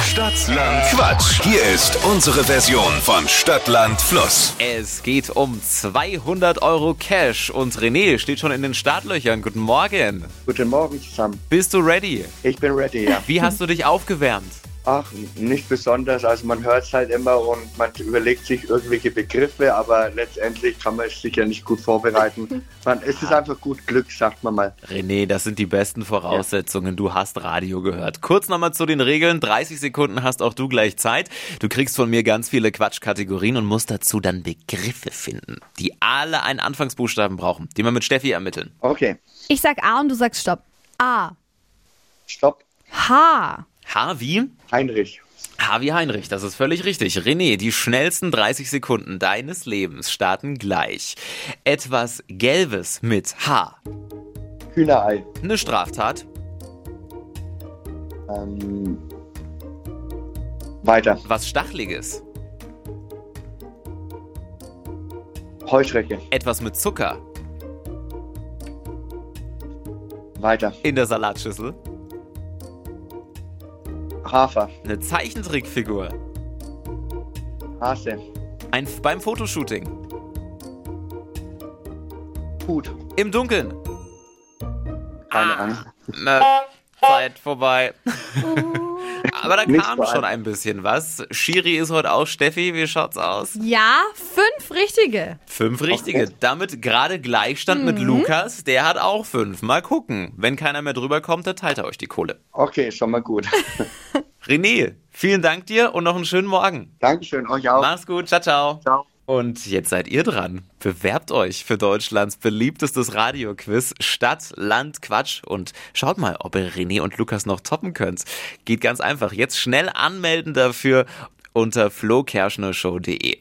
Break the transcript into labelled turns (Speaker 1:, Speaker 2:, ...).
Speaker 1: Stadtland Quatsch. Hier ist unsere Version von Stadtland Fluss.
Speaker 2: Es geht um 200 Euro Cash und René steht schon in den Startlöchern. Guten Morgen.
Speaker 3: Guten Morgen zusammen.
Speaker 2: Bist du ready?
Speaker 3: Ich bin ready, ja.
Speaker 2: Wie hast du dich aufgewärmt?
Speaker 3: Ach, nicht besonders. Also man hört es halt immer und man überlegt sich irgendwelche Begriffe, aber letztendlich kann man es sicher nicht gut vorbereiten. Man, es ist einfach gut Glück, sagt man mal.
Speaker 2: René, das sind die besten Voraussetzungen. Du hast Radio gehört. Kurz nochmal zu den Regeln. 30 Sekunden hast auch du gleich Zeit. Du kriegst von mir ganz viele Quatschkategorien und musst dazu dann Begriffe finden, die alle einen Anfangsbuchstaben brauchen, die wir mit Steffi ermitteln.
Speaker 3: Okay,
Speaker 4: Ich sag A und du sagst Stopp. A.
Speaker 3: stopp.
Speaker 4: H.
Speaker 2: H wie?
Speaker 3: Heinrich.
Speaker 2: H wie Heinrich, das ist völlig richtig. René, die schnellsten 30 Sekunden deines Lebens starten gleich. Etwas Gelbes mit H.
Speaker 3: Hühnerei.
Speaker 2: Eine Straftat.
Speaker 3: Ähm, weiter.
Speaker 2: Was Stacheliges.
Speaker 3: Heuschrecke.
Speaker 2: Etwas mit Zucker.
Speaker 3: Weiter.
Speaker 2: In der Salatschüssel.
Speaker 3: Hafer.
Speaker 2: Eine Zeichentrickfigur.
Speaker 3: Hase.
Speaker 2: Ein beim Fotoshooting.
Speaker 3: Hut.
Speaker 2: Im Dunkeln.
Speaker 3: Keine Ahnung.
Speaker 2: Na, Zeit vorbei. Aber da
Speaker 3: Nicht
Speaker 2: kam
Speaker 3: vor allem.
Speaker 2: schon ein bisschen was. Schiri ist heute auch Steffi. Wie schaut's aus?
Speaker 4: Ja, fünf richtige.
Speaker 2: Fünf richtige.
Speaker 3: Okay.
Speaker 2: Damit gerade Gleichstand mit Lukas. Der hat auch fünf. Mal gucken. Wenn keiner mehr drüber kommt, dann teilt er euch die Kohle.
Speaker 3: Okay, schon mal gut.
Speaker 2: René, vielen Dank dir und noch einen schönen Morgen.
Speaker 3: Dankeschön, euch auch.
Speaker 2: Mach's gut. Ciao, ciao.
Speaker 3: Ciao.
Speaker 2: Und jetzt seid ihr dran. Bewerbt euch für Deutschlands beliebtestes Radioquiz Stadt, Land, Quatsch und schaut mal, ob ihr René und Lukas noch toppen könnt. Geht ganz einfach. Jetzt schnell anmelden dafür unter flokerschnershow.de.